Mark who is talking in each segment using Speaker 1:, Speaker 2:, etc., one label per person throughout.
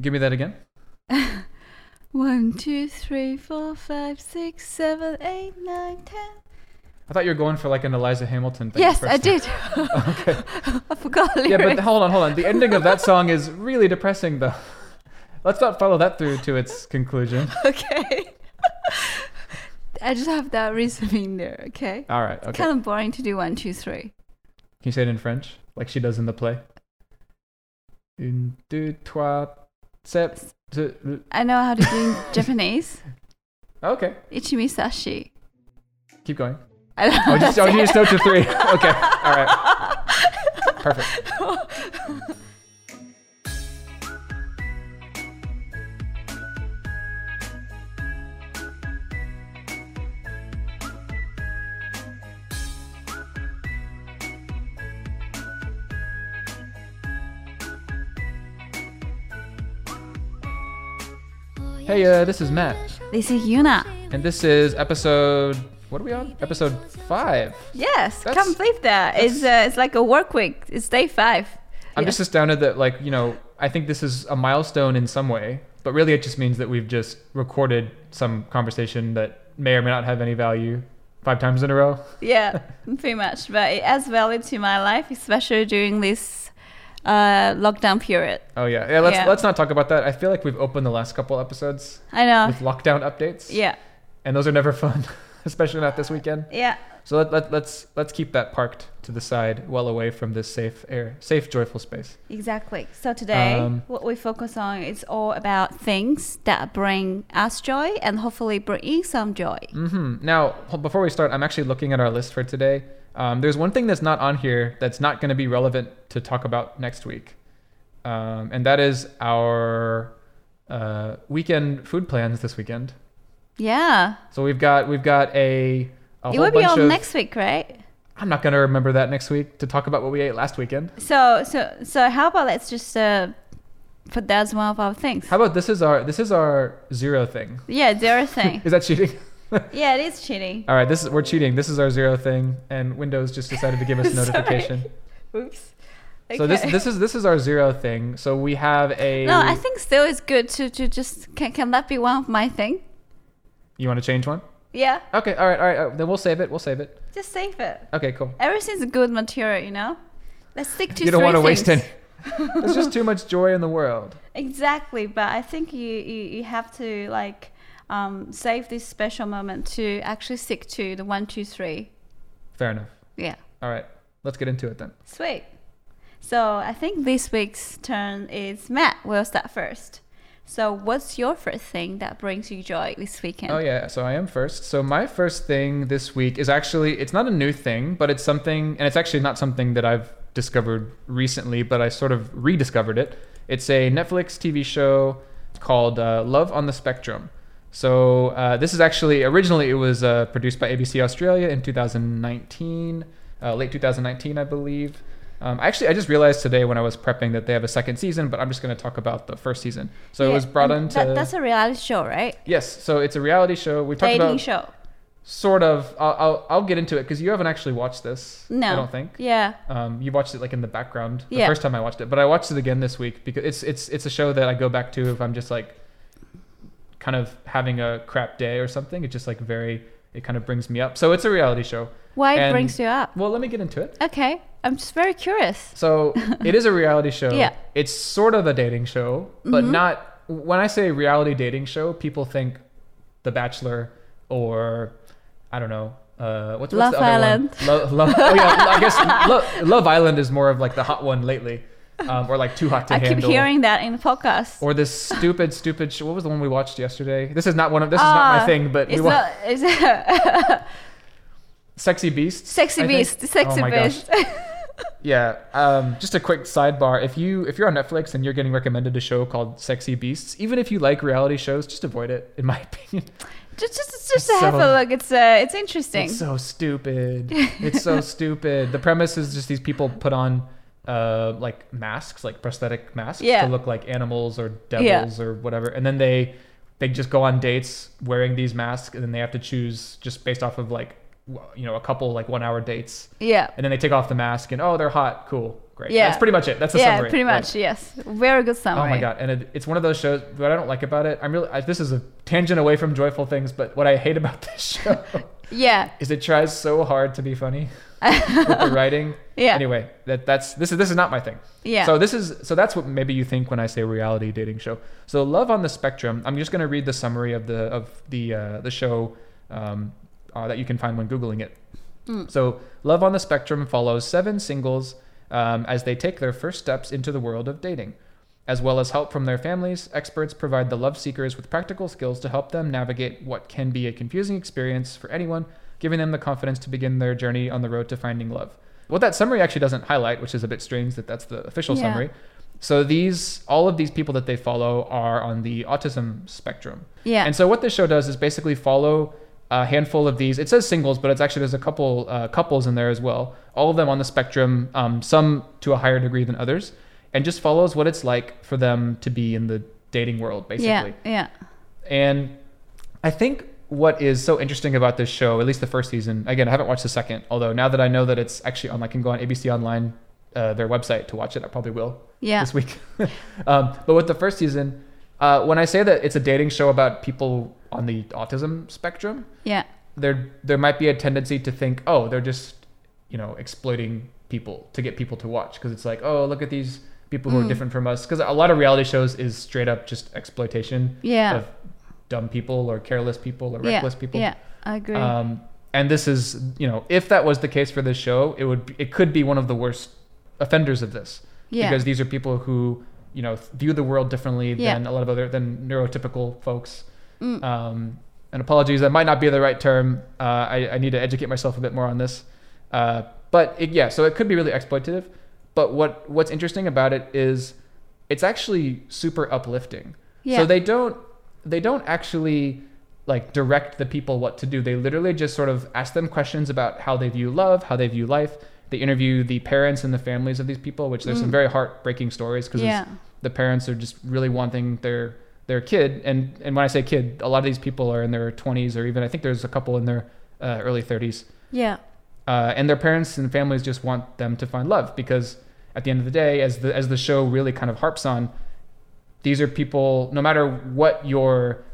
Speaker 1: Give me that again.
Speaker 2: One, two, three, four, five, six, seven, eight, nine, ten.
Speaker 1: I thought you were going for like an Eliza Hamilton thing.
Speaker 2: Yes,
Speaker 1: first
Speaker 2: I
Speaker 1: there.
Speaker 2: did.
Speaker 1: Okay.
Speaker 2: I forgot
Speaker 1: Yeah,
Speaker 2: lyrics.
Speaker 1: but hold on, hold on. The ending of that song is really depressing, though. Let's not follow that through to its conclusion.
Speaker 2: okay. I just have that reasoning there. Okay.
Speaker 1: All right. Okay. Can
Speaker 2: Kind of boring to do one, two, three.
Speaker 1: you say it in French, like she does in the play? Une, deux, trois, sept. deux, le-
Speaker 2: I know how to do in Japanese.
Speaker 1: Okay.
Speaker 2: Ichimisashi.
Speaker 1: Keep going.
Speaker 2: I don't
Speaker 1: Oh, just, oh, you just know to three. Okay. All right. Perfect. Hey, uh, this is Matt,
Speaker 2: This is Yuna.
Speaker 1: and this is episode. What are we on? Episode five.
Speaker 2: Yes,
Speaker 1: That's-
Speaker 2: can't believe that. It's uh, it's like a work week. It's day five.
Speaker 1: I'm
Speaker 2: Yeah.
Speaker 1: just astounded that, like, you know, I think this is a milestone in some way, but really it just means that we've just recorded some conversation that may or may not have any value five times in a row.
Speaker 2: yeah, pretty much. But it adds value to my life, especially during this uh, lockdown period.
Speaker 1: Oh yeah, yeah. Let's
Speaker 2: Yeah.
Speaker 1: let's not talk about that. I feel like we've opened the last couple episodes
Speaker 2: I know.
Speaker 1: with lockdown updates,
Speaker 2: Uh, Yeah,
Speaker 1: and those are never fun, especially not this weekend.
Speaker 2: yeah.
Speaker 1: So let, let, let's let's keep that parked to the side, well away from this safe air, safe joyful space.
Speaker 2: Exactly. So today,
Speaker 1: Um,
Speaker 2: what we focus on is all about things that bring us joy and hopefully bring you some joy.
Speaker 1: hmm Now, h- before we start, I'm actually looking at our list for today. Um, there's one thing that's not on here that's not going to be relevant to talk about next week, um, and that is our uh, weekend food plans this weekend.
Speaker 2: Yeah,
Speaker 1: So we've got we've got a, a
Speaker 2: it
Speaker 1: whole
Speaker 2: will be
Speaker 1: bunch
Speaker 2: on
Speaker 1: of.
Speaker 2: next week, right?
Speaker 1: I'm not going to remember that next week to talk about what we ate last weekend.
Speaker 2: So, so, so, how about let's just uh, put that as one of our things.
Speaker 1: How about this is our this is our zero thing?
Speaker 2: yeah, zero thing.
Speaker 1: Is that cheating?
Speaker 2: yeah, it is cheating.
Speaker 1: All right, this is we're cheating. This is our zero thing, and Windows just decided to give us a
Speaker 2: Sorry.
Speaker 1: notification.
Speaker 2: Oops.
Speaker 1: So this
Speaker 2: Okay.
Speaker 1: this is this is our zero thing. So we have a.
Speaker 2: No, I think still it's good to, to just can, can that be one of my thing?
Speaker 1: you want to change one?
Speaker 2: Yeah,
Speaker 1: Okay, all right, all right. all right, Then we'll save it. We'll save it.
Speaker 2: just save it.
Speaker 1: Okay, cool.
Speaker 2: Everything's good material, you know. Let's stick to.
Speaker 1: you don't
Speaker 2: three
Speaker 1: want to waste
Speaker 2: things.
Speaker 1: any. There's just too much joy in the world.
Speaker 2: Exactly, but I think you, you, you have to like um, save this special moment to actually stick to the one, two, three.
Speaker 1: Fair enough.
Speaker 2: Yeah,
Speaker 1: All right, let's get into it then.
Speaker 2: sweet. So I think this week's turn is Matt. We'll start first. So, what's your first thing that brings you joy this weekend?
Speaker 1: Oh yeah, so I am first. So my first thing this week is actually it's not a new thing, but it's something and it's actually not something that I've discovered recently, but I sort of rediscovered it. It's a Netflix TV show called uh, Love on the Spectrum. So uh, this is actually originally it was uh, produced by ABC Australia in 2019, uh, late 2019, I believe. Um, actually, I just realized today when I was prepping that they have a second season, but I'm just going to talk about the first season. So it
Speaker 2: Yeah,
Speaker 1: was brought
Speaker 2: and
Speaker 1: into
Speaker 2: That, that's a reality show, right?
Speaker 1: yes. So it's a reality show. We talked
Speaker 2: Dating
Speaker 1: about
Speaker 2: show.
Speaker 1: sort of I'll, I'll, I'll get into it because you haven't actually watched this
Speaker 2: No.
Speaker 1: i don't think
Speaker 2: Yeah.
Speaker 1: um, you watched it like in the background the
Speaker 2: Yeah.
Speaker 1: first time i watched it but i watched it again this week because it's it's it's a show that i go back to if i'm just like kind of having a crap day or something it just like very it kind of brings me up so it's a reality show
Speaker 2: Why it
Speaker 1: And-
Speaker 2: brings you up?
Speaker 1: well let me get into it
Speaker 2: Okay, I'm just very curious.
Speaker 1: so it is a reality show
Speaker 2: Yeah. Mm-hmm.
Speaker 1: it's sort of a dating show but not when i say reality dating show people think the bachelor or i don't know uh, what's, what's
Speaker 2: Love
Speaker 1: the other
Speaker 2: Island.
Speaker 1: one? Love, love, oh yeah, I guess Lo- Love Island is more of like the hot one lately, um, or like too hot to
Speaker 2: I
Speaker 1: handle.
Speaker 2: keep hearing that in the podcast.
Speaker 1: Or this stupid, stupid. Sh- what was the one we watched yesterday? This is not one of. This is not my
Speaker 2: Ah,
Speaker 1: thing, but we
Speaker 2: it's
Speaker 1: wa-
Speaker 2: not. It's
Speaker 1: Sexy Beast.
Speaker 2: Sexy
Speaker 1: I think.
Speaker 2: Beast. Sexy
Speaker 1: oh my gosh.
Speaker 2: Beast.
Speaker 1: Yeah. Um, just a quick sidebar. If you if you're on Netflix and you're getting recommended a show called Sexy Beasts, even if you like reality shows, just avoid it. In my opinion,
Speaker 2: just, just, just to have
Speaker 1: So-
Speaker 2: a look. It's, uh, it's interesting.
Speaker 1: it's so stupid. it's so stupid. The premise is just these people put on uh, like masks, like prosthetic masks,
Speaker 2: Yeah.
Speaker 1: to look like animals or
Speaker 2: Yeah.
Speaker 1: devils or whatever, and then they they just go on dates wearing these masks, and then they have to choose just based off of like w- you know a couple like one hour dates
Speaker 2: yeah.
Speaker 1: and then they take off the mask and oh they're hot cool Great.
Speaker 2: Yeah.
Speaker 1: That's pretty much it. That's the
Speaker 2: yeah,
Speaker 1: summary.
Speaker 2: pretty
Speaker 1: Right.
Speaker 2: much. Yes, very good
Speaker 1: Oh
Speaker 2: summary.
Speaker 1: my god! And it, it's one of those shows. What I don't like about it, I'm really. I, this is a tangent away from joyful things, but what I hate about this show
Speaker 2: Yeah,
Speaker 1: is it tries so hard to be funny with the writing.
Speaker 2: yeah,
Speaker 1: Anyway, that that's this is this is not my thing.
Speaker 2: yeah.
Speaker 1: So this is so that's what maybe you think when I say reality dating show. So Love on the Spectrum. I'm just going to read the summary of the of the uh, the show um, uh, that you can find when googling it.
Speaker 2: Mm.
Speaker 1: So Love on the Spectrum follows seven singles um, as they take their first steps into the world of dating. As well as help from their families, experts provide the love seekers with practical skills to help them navigate what can be a confusing experience for anyone, giving them the confidence to begin their journey on the road to finding love. What that summary actually doesn't highlight, which is a bit strange that that's the official
Speaker 2: Yeah.
Speaker 1: summary. So these, all of these people that they follow are on the autism spectrum.
Speaker 2: yeah,
Speaker 1: And so what this show does is basically follow a handful of these. It says singles, but it's actually there's a couple uh, couples in there as well. All of them on the spectrum, um, some to a higher degree than others, and just follows what it's like for them to be in the dating world, basically.
Speaker 2: yeah, yeah,
Speaker 1: And I think what is so interesting about this show, at least the first season, again, I haven't watched the second, although now that I know that it's actually on, I can go on ABC Online, uh, their website to watch it. I probably will
Speaker 2: yeah,
Speaker 1: this week. um, but with the first season, uh, when I say that it's a dating show about people on the autism spectrum,
Speaker 2: yeah,
Speaker 1: there there might be a tendency to think, oh, they're just you know exploiting people to get people to watch because it's like, oh, look at these people who are
Speaker 2: Mm.
Speaker 1: different from us. Because a lot of reality shows is straight up just exploitation
Speaker 2: yeah,
Speaker 1: of dumb people or careless people or
Speaker 2: yeah,
Speaker 1: reckless people.
Speaker 2: yeah. I agree.
Speaker 1: Um, and this is, you know, if that was the case for this show, it would be, it could be one of the worst offenders of this
Speaker 2: yeah,
Speaker 1: because these are people who you know th- view the world differently
Speaker 2: Yeah.
Speaker 1: than a lot of other than neurotypical folks.
Speaker 2: Mm.
Speaker 1: Um, and apologies, that might not be the right term. Uh, I, I need to educate myself a bit more on this. Uh, but it, yeah, so it could be really exploitative. But what what's interesting about it is it's actually super uplifting.
Speaker 2: yeah,
Speaker 1: So they don't they don't actually like direct the people what to do. They literally just sort of ask them questions about how they view love, how they view life. They interview the parents and the families of these people, which there's some
Speaker 2: Mm.
Speaker 1: very heartbreaking stories because
Speaker 2: yeah,
Speaker 1: the parents are just really wanting their their kid. And and when I say kid, a lot of these people are in their 20s or even I think there's a couple in their uh, early 30s.
Speaker 2: yeah,
Speaker 1: Uh, and their parents and families just want them to find love because at the end of the day, as the as the show really kind of harps on, these are people. No matter what your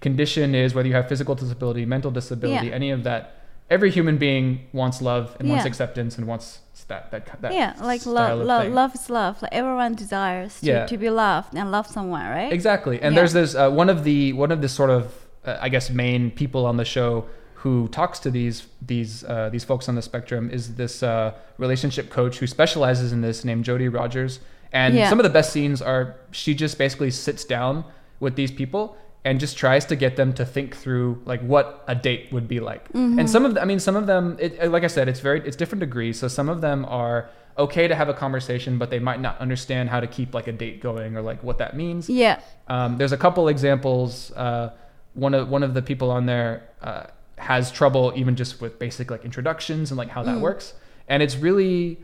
Speaker 1: condition is, whether you have physical disability, mental disability,
Speaker 2: Yeah.
Speaker 1: any of that, every human being wants love and wants
Speaker 2: Yeah.
Speaker 1: acceptance and wants that that that
Speaker 2: yeah. Like
Speaker 1: style
Speaker 2: love,
Speaker 1: of
Speaker 2: love,
Speaker 1: thing.
Speaker 2: love is love. Like everyone desires to,
Speaker 1: Yeah.
Speaker 2: to be loved and love someone, right?
Speaker 1: Exactly. And
Speaker 2: Yeah.
Speaker 1: there's this uh, one of the one of the sort of uh, I guess main people on the show who talks to these these uh, these folks on the spectrum is this uh, relationship coach who specializes in this named Jody Rogers. And
Speaker 2: Yeah.
Speaker 1: some of the best scenes are she just basically sits down with these people and just tries to get them to think through like what a date would be like.
Speaker 2: Mm-hmm.
Speaker 1: And some of the, I mean some of them it, like I said it's very it's different degrees. So some of them are okay to have a conversation but they might not understand how to keep like a date going or like what that means.
Speaker 2: Yeah,
Speaker 1: Um, there's a couple examples. Uh, one of one of the people on there uh, has trouble even just with basic like introductions and like how that
Speaker 2: Mm.
Speaker 1: works, and it's really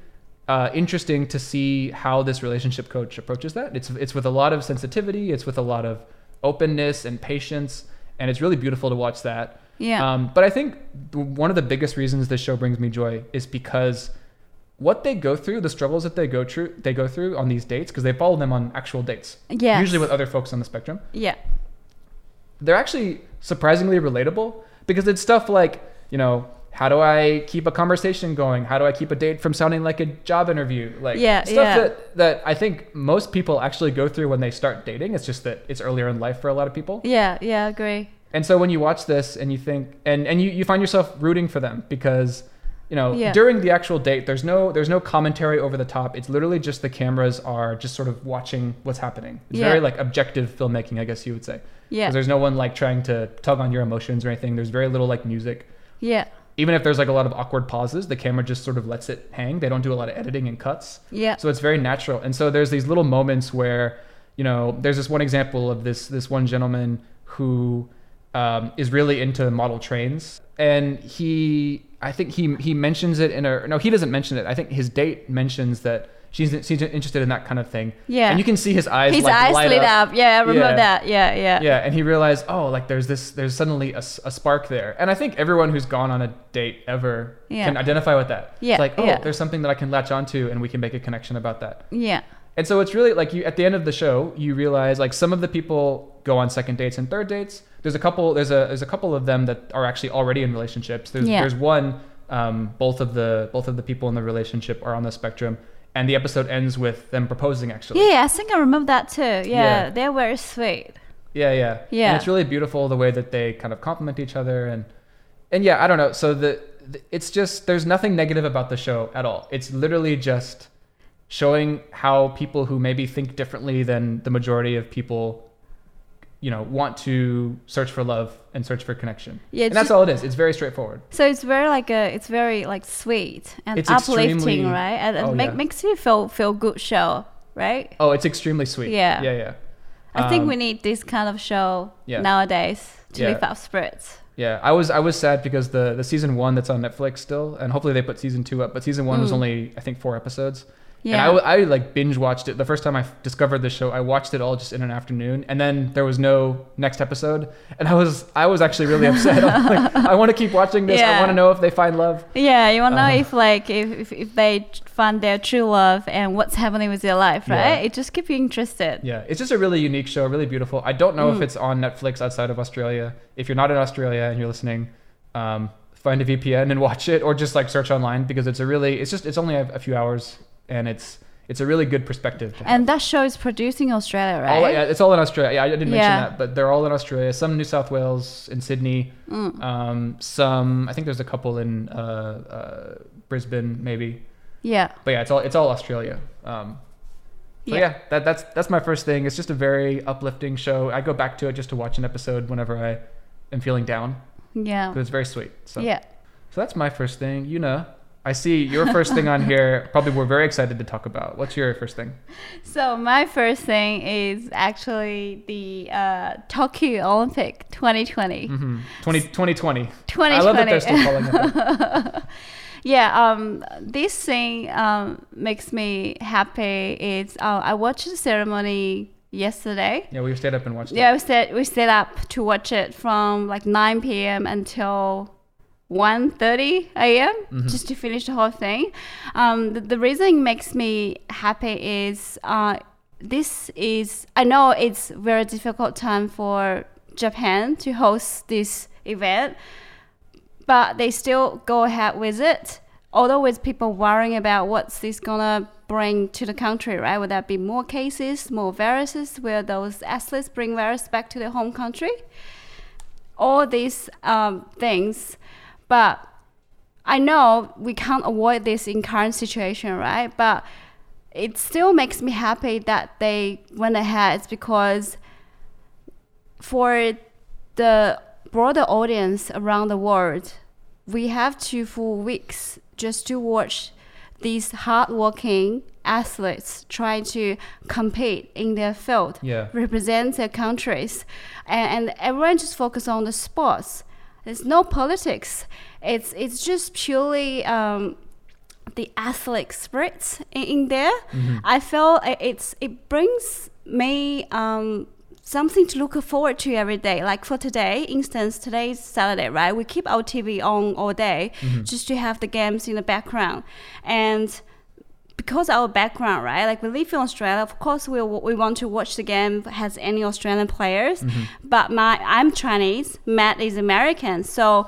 Speaker 1: uh, interesting to see how this relationship coach approaches that. It's it's with a lot of sensitivity. It's with a lot of openness and patience, and it's really beautiful to watch that.
Speaker 2: yeah,
Speaker 1: Um, but I think th- one of the biggest reasons this show brings me joy is because what they go through, the struggles that they go through, they go through on these dates, because they follow them on actual dates
Speaker 2: yeah.
Speaker 1: usually with other folks on the spectrum.
Speaker 2: yeah,
Speaker 1: They're actually surprisingly relatable because it's stuff like, you know, how do I keep a conversation going? How do I keep a date from sounding like a job interview? Like
Speaker 2: Yeah,
Speaker 1: stuff
Speaker 2: yeah.
Speaker 1: that that I think most people actually go through when they start dating. It's just that it's earlier in life for a lot of people.
Speaker 2: yeah, yeah. Agree.
Speaker 1: And so when you watch this and you think and and you, you find yourself rooting for them because you know,
Speaker 2: Yeah.
Speaker 1: during the actual date, there's no there's no commentary over the top. It's literally just the cameras are just sort of watching what's happening. It's
Speaker 2: Yeah.
Speaker 1: very like objective filmmaking, I guess you would say. Because
Speaker 2: Yeah,
Speaker 1: there's no one like trying to tug on your emotions or anything. There's very little like music.
Speaker 2: yeah,
Speaker 1: Even if there's like a lot of awkward pauses, the camera just sort of lets it hang. They don't do a lot of editing and cuts.
Speaker 2: yeah,
Speaker 1: So it's very natural. And so there's these little moments where, you know, there's this one example of this this one gentleman who um, is really into model trains, and he, I think he he mentions it in a no, he doesn't mention it. I think his date mentions that she's she's interested in that kind of thing.
Speaker 2: Yeah.
Speaker 1: and you can see his eyes.
Speaker 2: His
Speaker 1: like,
Speaker 2: eyes
Speaker 1: light
Speaker 2: lit up. Yeah, I remember
Speaker 1: Yeah.
Speaker 2: that. Yeah, yeah.
Speaker 1: Yeah, and he realized, oh, like there's this, there's suddenly a, s- a spark there. And I think everyone who's gone on a date ever
Speaker 2: Yeah.
Speaker 1: can identify with that.
Speaker 2: Yeah,
Speaker 1: It's like, oh,
Speaker 2: yeah.
Speaker 1: there's something that I can latch onto and we can make a connection about that.
Speaker 2: Yeah.
Speaker 1: And so it's really like you at the end of the show, you realize like some of the people go on second dates and third dates. There's a couple, there's a, there's a couple of them that are actually already in relationships. There's,
Speaker 2: Yeah.
Speaker 1: there's one, um, both of the, both of the people in the relationship are on the spectrum. And the episode ends with them proposing actually.
Speaker 2: Yeah, I think I remember that too. Yeah,
Speaker 1: Yeah.
Speaker 2: they were sweet.
Speaker 1: Yeah, yeah,
Speaker 2: Yeah.
Speaker 1: And it's really beautiful the way that they kind of complement each other and and yeah, I don't know. So the, the it's just there's nothing negative about the show at all. It's literally just showing how people who maybe think differently than the majority of people you know want to search for love and search for connection
Speaker 2: Yeah,
Speaker 1: and that's
Speaker 2: it's-
Speaker 1: all it is it's very straightforward
Speaker 2: So it's very like a, it's very like sweet and
Speaker 1: It's extremely-
Speaker 2: uplifting, right? And it
Speaker 1: oh,
Speaker 2: make,
Speaker 1: yeah.
Speaker 2: makes you feel feel good show, right?
Speaker 1: oh it's extremely sweet
Speaker 2: Yeah.
Speaker 1: yeah yeah
Speaker 2: I think
Speaker 1: Um,
Speaker 2: we need this kind of show
Speaker 1: yeah.
Speaker 2: nowadays to
Speaker 1: Yeah.
Speaker 2: lift up spirits.
Speaker 1: Yeah, I was I was sad because the the season one that's on Netflix still, and hopefully they put season two up. But season one was
Speaker 2: Mm.
Speaker 1: only I think four episodes.
Speaker 2: Yeah.
Speaker 1: And I, w- I, like binge watched it the first time I f- discovered the show. I watched it all just in an afternoon, and then there was no next episode, and I was I was actually really upset. I'm like, I want to keep watching this. I
Speaker 2: Yeah.
Speaker 1: want to know if they find love.
Speaker 2: Yeah, you want to
Speaker 1: Uh-huh.
Speaker 2: know if like if, if, if they find their true love and what's happening with their life,
Speaker 1: Yeah.
Speaker 2: right? It just keeps you interested.
Speaker 1: Yeah, it's just a really unique show, really beautiful. I don't know if
Speaker 2: Mm.
Speaker 1: it's on Netflix outside of Australia. If you're not in Australia and you're listening, um, find a VPN and watch it, or just like search online because it's a really, it's just, it's only a, a few hours, and it's, it's a really good perspective. To have.
Speaker 2: And that show is produced in Australia, right?
Speaker 1: All, yeah, it's all in Australia. Yeah, I didn't mention
Speaker 2: Yeah.
Speaker 1: that, but they're all in Australia. Some New South Wales in Sydney.
Speaker 2: Mm.
Speaker 1: Um, some, I think there's a couple in uh, uh, Brisbane, maybe.
Speaker 2: Yeah.
Speaker 1: But yeah, it's all, it's all Australia. Um, so yeah,
Speaker 2: Yeah.
Speaker 1: that, that's that's my first thing. It's just a very uplifting show. I go back to it just to watch an episode whenever I am feeling down.
Speaker 2: Yeah.
Speaker 1: But it's very sweet. So
Speaker 2: Yeah.
Speaker 1: so that's my first thing. You know, I see your first thing on here. Probably we're very excited to talk about. What's your first thing?
Speaker 2: So my first thing is actually the uh, Tokyo Olympic 2020.
Speaker 1: Mm-hmm. 20, 2020.
Speaker 2: 2020.
Speaker 1: I love that they're still calling it. that.
Speaker 2: yeah, um, this thing um, makes me happy. It's uh, I watched the ceremony yesterday.
Speaker 1: Yeah, we stayed up and watched.
Speaker 2: Yeah, we stayed we stayed up to watch it from like 9 p.m. until 1:30 a.m. just to finish the whole thing. Um, the, the reason it makes me happy is uh, this is I know it's very difficult time for Japan to host this event, but they still go ahead with it. Although with people worrying about what's this gonna bring to the country, right? Would that be more cases, more viruses? Will those athletes bring virus back to their home country? All these um, things, but I know we can't avoid this in current situation, right? But it still makes me happy that they went ahead It's because for the broader audience around the world, we have two full weeks just to watch these hardworking athletes try to compete in their field,
Speaker 1: Yeah.
Speaker 2: represent their countries, and, and everyone just focus on the sports. There's no politics. It's it's just purely um, the athletic spirit in, in there. I feel i- it's it brings me um, something to look forward to every day. Like for today, instance, today is Saturday, right? We keep our TV on all day just to have the games in the background, and because our background, right? Like we live in Australia, of course we we want to watch the game has any Australian players,
Speaker 1: Mm-hmm.
Speaker 2: but my I'm Chinese, Matt is American, so.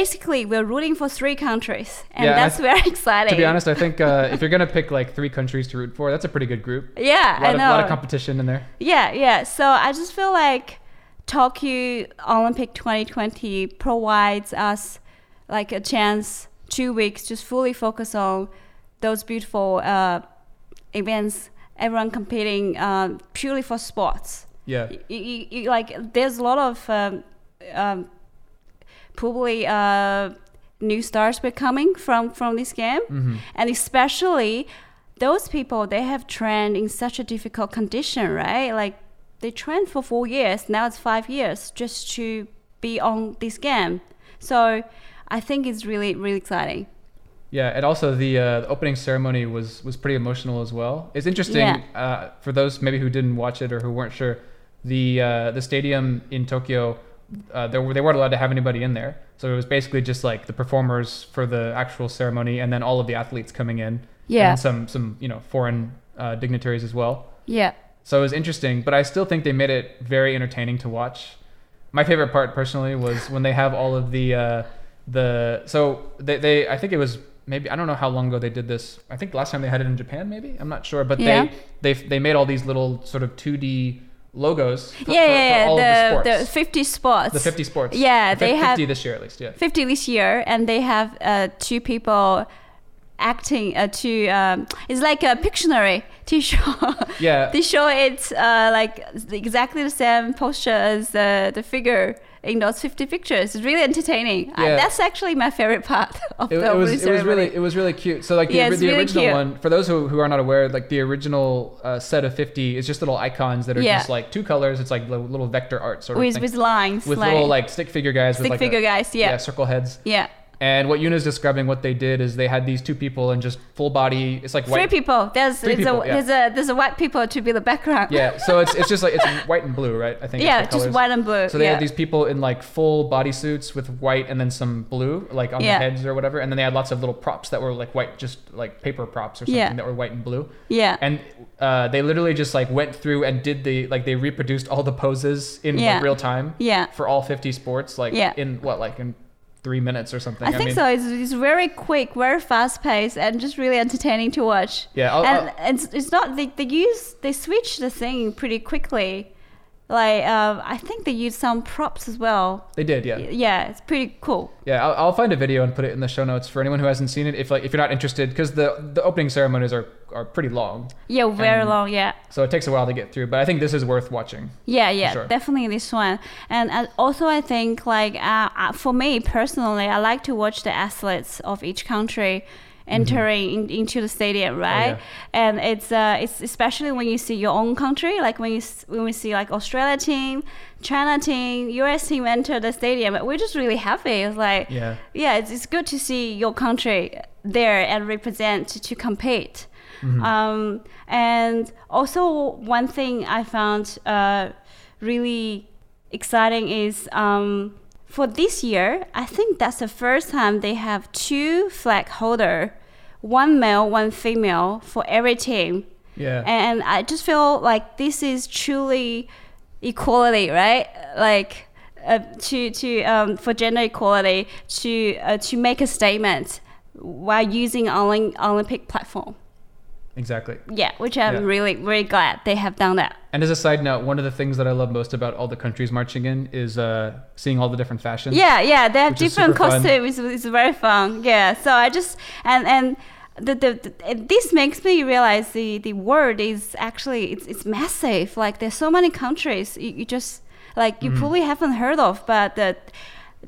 Speaker 2: Basically, we're rooting for three countries, and
Speaker 1: Yeah, and I
Speaker 2: that's
Speaker 1: th-
Speaker 2: very exciting.
Speaker 1: To be honest, I think uh, if you're gonna pick like three countries to root for, that's a pretty good group. A
Speaker 2: yeah,
Speaker 1: lot,
Speaker 2: I
Speaker 1: of,
Speaker 2: know.
Speaker 1: lot of competition in there.
Speaker 2: Yeah, yeah. So I just feel like Tokyo Olympic 2020 provides us like a chance, two weeks, just fully focus on those beautiful uh, events. Everyone competing uh, purely for sports.
Speaker 1: Yeah.
Speaker 2: Y- y- y- like there's a lot of um, um, probably uh, new stars were coming from from this game,
Speaker 1: Mm-hmm.
Speaker 2: and especially those people they have trained in such a difficult condition, right? Like they trained for four years, now it's five years just to be on this game. So I think it's really really exciting.
Speaker 1: Yeah, and also the, uh, the opening ceremony was was pretty emotional as well. It's interesting
Speaker 2: Yeah.
Speaker 1: uh, for those maybe who didn't watch it or who weren't sure. The uh, the stadium in Tokyo, uh, there were, they weren't allowed to have anybody in there, so it was basically just like the performers for the actual ceremony, and then all of the athletes coming in,
Speaker 2: Yeah.
Speaker 1: and some some you know foreign uh, dignitaries as well.
Speaker 2: Yeah.
Speaker 1: So it was interesting, but I still think they made it very entertaining to watch. My favorite part, personally, was when they have all of the uh, the so they, they I think it was maybe I don't know how long ago they did this. I think last time they had it in Japan, maybe I'm not sure, but
Speaker 2: Yeah.
Speaker 1: they they they made all these little sort of 2D logos. For,
Speaker 2: yeah,
Speaker 1: for-
Speaker 2: yeah,
Speaker 1: for all
Speaker 2: yeah.
Speaker 1: of the
Speaker 2: The, the,
Speaker 1: sports.
Speaker 2: 50 sports.
Speaker 1: The, 50 sports.
Speaker 2: Yeah,
Speaker 1: The
Speaker 2: they
Speaker 1: 50
Speaker 2: have-
Speaker 1: this year at least. Yeah,
Speaker 2: 50 this year, and they have uh, two people acting uh, to. Um, it's like a Pictionary to show.
Speaker 1: yeah.
Speaker 2: they show it uh, like exactly the same posture as the, the figure in those 50 pictures. It's really entertaining. Uh,
Speaker 1: Yeah.
Speaker 2: that's actually my favorite part of
Speaker 1: it,
Speaker 2: the
Speaker 1: it was
Speaker 2: opening
Speaker 1: it was
Speaker 2: ceremony.
Speaker 1: really it was really cute. So like the,
Speaker 2: Yeah,
Speaker 1: ori-
Speaker 2: it's
Speaker 1: the
Speaker 2: really
Speaker 1: original
Speaker 2: cute.
Speaker 1: one for those who, who are not aware, like the original uh, set of fifty is just little icons that are
Speaker 2: Yeah.
Speaker 1: just like two colors. It's like li- little vector art sort
Speaker 2: with,
Speaker 1: of thing.
Speaker 2: with lines.
Speaker 1: with
Speaker 2: like,
Speaker 1: little like stick figure guys with
Speaker 2: stick
Speaker 1: like a-
Speaker 2: figure guys. Yeah.
Speaker 1: circle heads.
Speaker 2: Yeah.
Speaker 1: And what Yuna's describing, what they did is they had these two people and just full body. It's like
Speaker 2: Three
Speaker 1: white.
Speaker 2: people. There's,
Speaker 1: Three
Speaker 2: it's
Speaker 1: people,
Speaker 2: a,
Speaker 1: yeah.
Speaker 2: there's a there's a white people to be the background.
Speaker 1: Yeah, so it's it's just like it's white and blue, right? I think.
Speaker 2: yeah,
Speaker 1: it's the
Speaker 2: just
Speaker 1: colors.
Speaker 2: white and blue.
Speaker 1: So they
Speaker 2: yeah.
Speaker 1: had these people in like full bodysuits with white and then some blue, like on
Speaker 2: Yeah.
Speaker 1: their heads or whatever. And then they had lots of little props that were like white, just like paper props or something
Speaker 2: Yeah.
Speaker 1: that were white and blue.
Speaker 2: yeah.
Speaker 1: And uh, they literally just like went through and did the like they reproduced all the poses in like,
Speaker 2: Yeah.
Speaker 1: real time
Speaker 2: yeah.
Speaker 1: for all 50 sports, like
Speaker 2: Yeah.
Speaker 1: in what like in three minutes or something.
Speaker 2: I think
Speaker 1: mean,
Speaker 2: so. It's, it's very quick, very fast paced, and just really entertaining to watch.
Speaker 1: Yeah, Oh, I'll-
Speaker 2: and
Speaker 1: I'll-
Speaker 2: and it's, it's not they, they use they switch the thing pretty quickly. Like um, I think they use some props as well.
Speaker 1: They did, yeah.
Speaker 2: Yeah, it's pretty cool.
Speaker 1: Yeah, I'll, I'll find a video and put it in the show notes for anyone who hasn't seen it. If like if you're not interested, because the the opening ceremonies are are pretty long,
Speaker 2: Yeah, very
Speaker 1: And-
Speaker 2: long. Yeah,
Speaker 1: so it takes a while to get through. But I think this is worth watching.
Speaker 2: yeah, yeah,
Speaker 1: sure.
Speaker 2: definitely this one. And uh, also, I think like uh, uh, for me personally, I like to watch the athletes of each country entering in, into the stadium, right?
Speaker 1: Mm-hmm. Oh, yeah.
Speaker 2: and it's uh, it's especially when you see your own country, like when you s- when we see like Australia team, China team, US team enter the stadium, we're just really happy. It's like
Speaker 1: Yeah.
Speaker 2: yeah, it's, it's good to see your country there and represent to, to compete. Um, and also one thing I found uh, really exciting is um, for this year, I think that's the first time they have two flag holder, one male, one female for every team.
Speaker 1: Yeah.
Speaker 2: And I just feel like this is truly equality, right? Like uh, to to um, for gender equality to uh, to make a statement while using Olymp- Olympic platform.
Speaker 1: exactly.
Speaker 2: Yeah, which I'm
Speaker 1: Yeah.
Speaker 2: really really glad they have done that.
Speaker 1: And as a side note, one of the things that I love most about all the countries marching in is uh, seeing all the different fashions.
Speaker 2: Yeah, yeah, they have
Speaker 1: Which is
Speaker 2: different
Speaker 1: super fun.
Speaker 2: costumes. It's, it's very fun. Yeah, so I just and and. The, the, the, and this makes me realize the, the world is actually it's, it's massive like there's so many countries you, you just like
Speaker 1: Mm-hmm.
Speaker 2: you probably haven't heard of but the,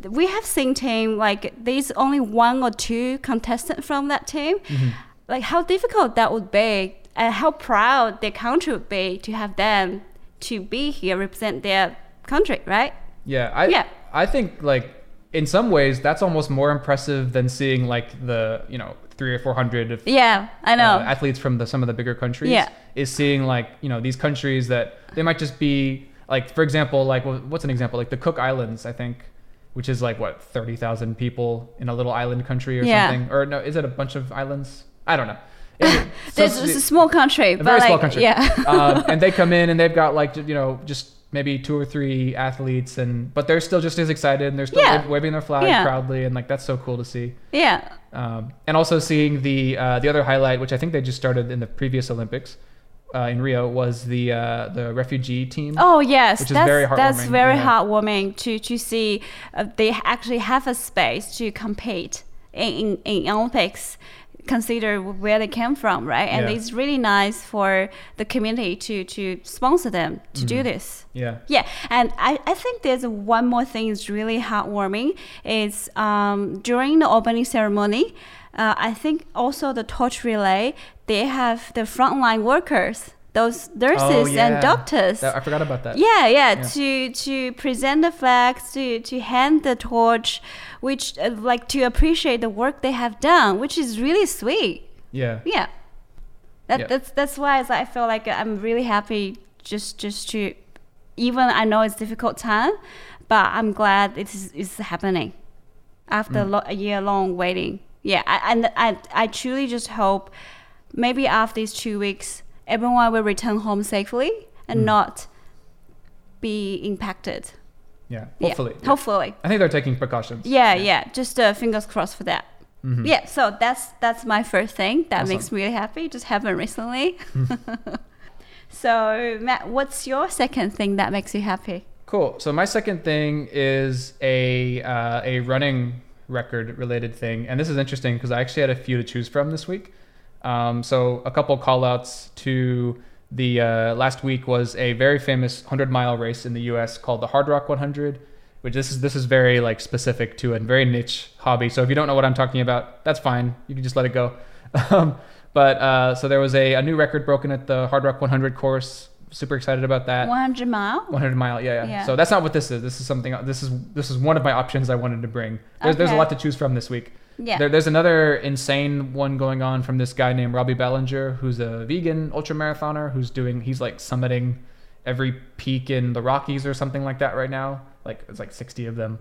Speaker 2: we have seen team like there's only one or two contestant from that team
Speaker 1: Mm-hmm.
Speaker 2: like how difficult that would be and how proud their country would be to have them to be here represent their country right
Speaker 1: Yeah, I
Speaker 2: Yeah.
Speaker 1: I think like in some ways that's almost more impressive than seeing like the you know three or four hundred of
Speaker 2: yeah i know
Speaker 1: uh, athletes from the, some of the bigger countries
Speaker 2: Yeah.
Speaker 1: is seeing like you know these countries that they might just be like for example like wh- what's an example like the cook islands i think which is like what 30000 people in a little island country or
Speaker 2: Yeah.
Speaker 1: something or no is it a bunch of islands i don't know Anyway, so
Speaker 2: There's it's a small country,
Speaker 1: a
Speaker 2: but
Speaker 1: very
Speaker 2: like,
Speaker 1: small country
Speaker 2: yeah,
Speaker 1: um, and they come in and they've got like ju- you know just maybe two or three athletes and but they're still just as excited and they're still
Speaker 2: Yeah.
Speaker 1: wa- waving their flag
Speaker 2: Yeah.
Speaker 1: proudly and like that's so cool to see
Speaker 2: yeah,
Speaker 1: um, and also seeing the uh, the other highlight, which I think they just started in the previous Olympics uh, in Rio, was the uh, the refugee team.
Speaker 2: oh yes,
Speaker 1: Which is
Speaker 2: that's
Speaker 1: very
Speaker 2: that's
Speaker 1: heartwarming,
Speaker 2: very
Speaker 1: yeah.
Speaker 2: heartwarming to to see uh, they actually have a space to compete in in, in Olympics. Consider where they came from, right? And
Speaker 1: Yeah.
Speaker 2: it's really nice for the community to to sponsor them to
Speaker 1: Mm-hmm.
Speaker 2: do this.
Speaker 1: Yeah,
Speaker 2: Yeah, and I, I think there's one more thing is really heartwarming is um, during the opening ceremony, uh, I think also the torch relay they have the frontline workers those nurses
Speaker 1: Oh, yeah.
Speaker 2: and doctors.
Speaker 1: That- I forgot about that.
Speaker 2: yeah, yeah,
Speaker 1: Yeah.
Speaker 2: to to present the flags, to to hand the torch, which uh, like to appreciate the work they have done, which is really sweet.
Speaker 1: Yeah.
Speaker 2: Yeah, that,
Speaker 1: Yeah.
Speaker 2: that's that's why it's like I feel like I'm really happy just just to, even I know it's difficult time, but I'm glad it is it's happening, after
Speaker 1: Mm.
Speaker 2: lo- a year long waiting. Yeah, I, and I I truly just hope, maybe after these two weeks, everyone will return home safely and
Speaker 1: Mm.
Speaker 2: not be impacted.
Speaker 1: Yeah.
Speaker 2: Yeah,
Speaker 1: Hopefully. Yeah.
Speaker 2: hopefully.
Speaker 1: I think they're taking precautions.
Speaker 2: Yeah, yeah. Just uh, fingers crossed for that. Yeah, so that's that's my first thing that
Speaker 1: Mm-hmm. Awesome. Mm-hmm.
Speaker 2: makes me really happy. Just happened recently. so Matt, what's your second thing that makes you happy?
Speaker 1: Cool. So my second thing is a uh, a running record related thing, and this is interesting because I actually had a few to choose from this week. Um, so a couple call outs to the uh, last week was a very famous 100 mile race in the U.S. called the Hard Rock 100, which this is this is very like specific to a very niche hobby. So if you don't know what I'm talking about, that's fine. You can just let it go. Um, but uh, so there was a, a new record broken at the Hard Rock 100 course. Super excited about that.
Speaker 2: 100 mile?
Speaker 1: 100 mile yeah, yeah
Speaker 2: Yeah.
Speaker 1: so that's not what this is this is something this is this is one of my options i wanted to bring there's, there's a
Speaker 2: Okay.
Speaker 1: lot to choose from this week
Speaker 2: Yeah.
Speaker 1: there, there's another insane one going on from this guy named robbie ballinger who's a vegan ultramarathoner who's doing he's like summiting every peak in the rockies or something like that right now like it's like 60 of them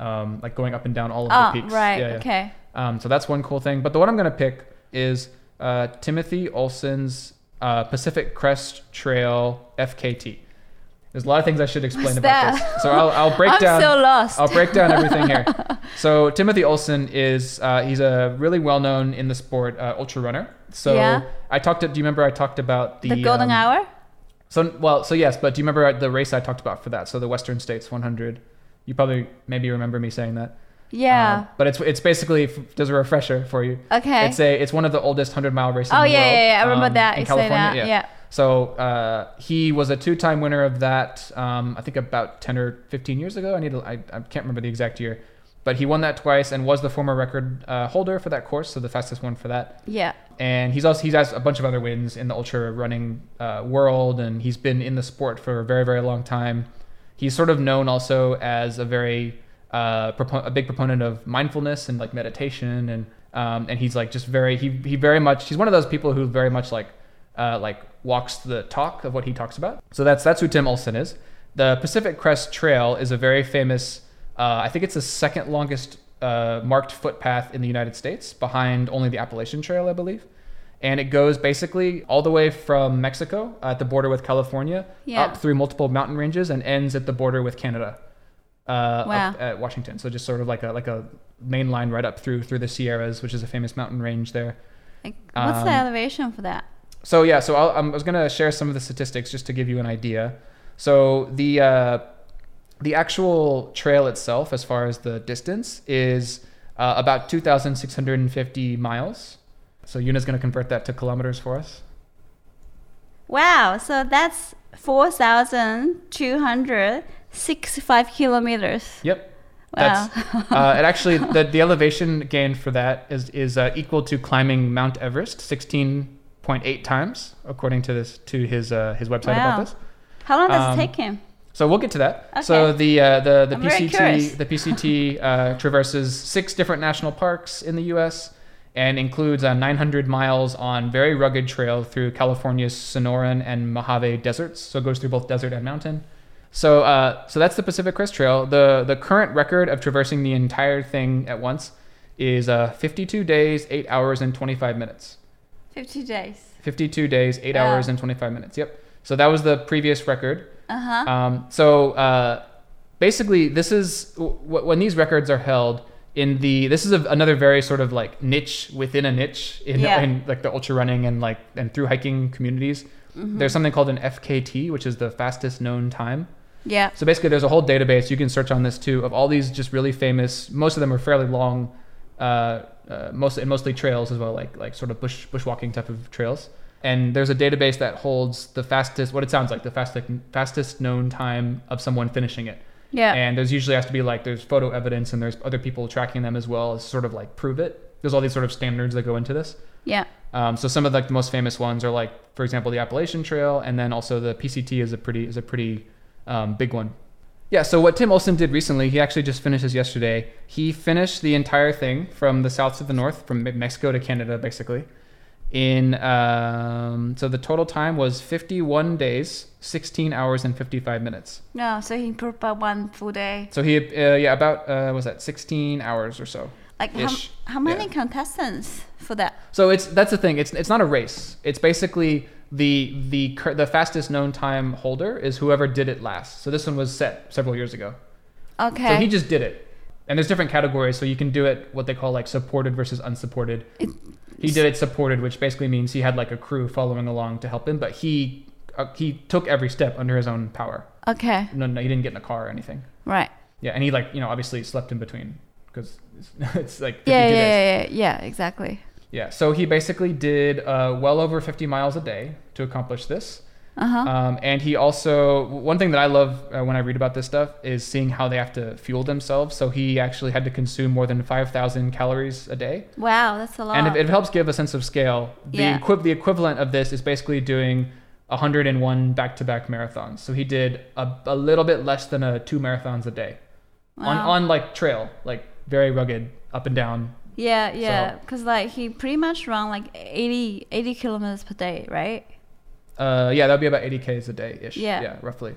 Speaker 1: um, like going up and down all of
Speaker 2: Oh,
Speaker 1: the peaks
Speaker 2: right.
Speaker 1: Yeah, yeah.
Speaker 2: Okay.
Speaker 1: Um, so that's one cool thing. But the one I'm going to pick is uh, Timothy Olson's uh, Pacific Crest Trail FKT. There's a lot of things I should explain
Speaker 2: What's
Speaker 1: about
Speaker 2: that?
Speaker 1: this. So I'll, I'll break
Speaker 2: I'm
Speaker 1: down.
Speaker 2: so lost.
Speaker 1: I'll break down everything here. So Timothy Olson is uh, he's a really well known in the sport uh, ultra runner. So
Speaker 2: Yeah.
Speaker 1: I talked. To, do you remember I talked about the,
Speaker 2: the golden
Speaker 1: um,
Speaker 2: hour?
Speaker 1: So well, so yes, but do you remember the race I talked about for that? So the Western States 100. You probably maybe remember me saying that.
Speaker 2: Yeah.
Speaker 1: Um, but it's it's basically f- just a refresher for you.
Speaker 2: okay.
Speaker 1: um, It's a it's one of the oldest hundred mile races.
Speaker 2: Oh
Speaker 1: in the
Speaker 2: yeah,
Speaker 1: world,
Speaker 2: yeah, yeah. I remember
Speaker 1: um,
Speaker 2: that.
Speaker 1: in
Speaker 2: You say
Speaker 1: California.
Speaker 2: that.
Speaker 1: yeah.
Speaker 2: Yeah.
Speaker 1: So uh, he was a two time winner of that. Um, I think about ten or fifteen years ago. I need to, I, I can't remember the exact year, but he won that twice and was the former record uh, holder for that course. So the fastest one for that
Speaker 2: Yeah.
Speaker 1: and he's also he's has a bunch of other wins in the ultra running uh, world, and he's been in the sport for a very very long time. He's sort of known also as a very uh, propo- a big proponent of mindfulness and like meditation, and um, and he's like just very he he very much he's one of those people who very much like uh, like walks the talk of what he talks about. So that's that's who Tim Olson is. The Pacific Crest Trail is a very famous. Uh, I think it's the second longest uh, marked footpath in the United States, behind only the Appalachian Trail, I believe. And it goes basically all the way from Mexico at the border with California,
Speaker 2: Yeah.
Speaker 1: up through multiple mountain ranges, and ends at the border with Canada, uh, up
Speaker 2: Wow.
Speaker 1: at Washington. So just sort of like a like a main line right up through through the Sierras, which is a famous mountain range there.
Speaker 2: Like, what's the
Speaker 1: Um,
Speaker 2: elevation for that?
Speaker 1: So yeah, so I'll, um, I was gonna share some of the statistics just to give you an idea. So the uh, the actual trail itself, as far as the distance, is uh, about 2,650 miles. So Yuna's gonna convert that to kilometers for us.
Speaker 2: Wow, so that's 4,265 kilometers.
Speaker 1: Yep.
Speaker 2: Wow.
Speaker 1: uh, it actually the, the elevation gain for that is is uh, equal to climbing Mount Everest 16.8 times, according to this to his uh, his website about
Speaker 2: Wow.
Speaker 1: this.
Speaker 2: How long does
Speaker 1: um,
Speaker 2: it take him?
Speaker 1: So we'll get to that.
Speaker 2: Okay.
Speaker 1: So the uh, the the
Speaker 2: I'm very curious.
Speaker 1: PCT the PCT uh, traverses six different national parks in the U.S. and includes uh, 900 miles on very rugged trail through California's Sonoran and Mojave deserts. So it goes through both desert and mountain. So uh, so that's the Pacific Crest Trail. The the current record of traversing the entire thing at once is uh, 52 days, eight hours, and 25 minutes.
Speaker 2: 50 days.
Speaker 1: 52 days, eight
Speaker 2: Wow.
Speaker 1: hours, and 25 minutes. Yep. So that was the previous record.
Speaker 2: Uh huh.
Speaker 1: Um, so uh, basically, this is w- w- when these records are held in the. This is a, another very sort of like niche within a niche in,
Speaker 2: Yeah.
Speaker 1: in like the ultra running and like and through hiking communities. There's something called an FKT, which is the fastest known time.
Speaker 2: Yeah.
Speaker 1: So basically, there's a whole database you can search on this too of all these just really famous. Most of them are fairly long, uh, uh, mostly and mostly trails as well, like like sort of bush bushwalking type of trails. And there's a database that holds the fastest, what it sounds like, the fastest fastest known time of someone finishing it.
Speaker 2: Yeah.
Speaker 1: And there's usually has to be like there's photo evidence and there's other people tracking them as well as sort of like prove it. There's all these sort of standards that go into this.
Speaker 2: Yeah.
Speaker 1: Um, so some of like the most famous ones are like, for example, the Appalachian Trail, and then also the PCT is a pretty is a pretty um, big one. Yeah. So what Tim Olson did recently, he actually just finishes yesterday. He finished the entire thing from the south to the north, from Me- Mexico to Canada, basically. In um, so the total time was 51 days, 16 hours and 55 minutes.
Speaker 2: No, so he improved by one full day.
Speaker 1: So he uh, yeah about uh, what was that 16 hours or so.
Speaker 2: Like how,
Speaker 1: Ish.
Speaker 2: how many
Speaker 1: Yeah.
Speaker 2: contestants for that?
Speaker 1: So it's that's the thing. It's it's not a race. It's basically the the cur- the fastest known time holder is whoever did it last. So this one was set several years ago.
Speaker 2: Okay.
Speaker 1: So he just did it. And there's different categories, so you can do it what they call like supported versus unsupported.
Speaker 2: It-
Speaker 1: he did it supported, which basically means he had like a crew following along to help him, but he uh, he took every step under his own power.
Speaker 2: okay.
Speaker 1: No, no, he didn't get in a car or anything.
Speaker 2: Right.
Speaker 1: Yeah, and he like you know obviously slept in between because it's, it's like 52
Speaker 2: Yeah, yeah,
Speaker 1: days.
Speaker 2: yeah, yeah, yeah, exactly.
Speaker 1: Yeah, so he basically did uh, well over 50 miles a day to accomplish this.
Speaker 2: Uh-huh.
Speaker 1: Um, and he also, one thing that I love uh, when I read about this stuff is seeing how they have to fuel themselves. So he actually had to consume more than 5,000 calories a day.
Speaker 2: wow, that's a lot.
Speaker 1: And if it helps give a sense of scale, the,
Speaker 2: Yeah.
Speaker 1: equi- the equivalent of this is basically doing 101 back to back marathons. So he did a, a little bit less than a two marathons a day on,
Speaker 2: Wow.
Speaker 1: on like trail, like very rugged, up and down.
Speaker 2: yeah, yeah, because like he pretty much ran like 80, 80 kilometers per day, right?
Speaker 1: Uh, yeah, that would be about 80 Ks a day ish.
Speaker 2: Yeah.
Speaker 1: Yeah, roughly.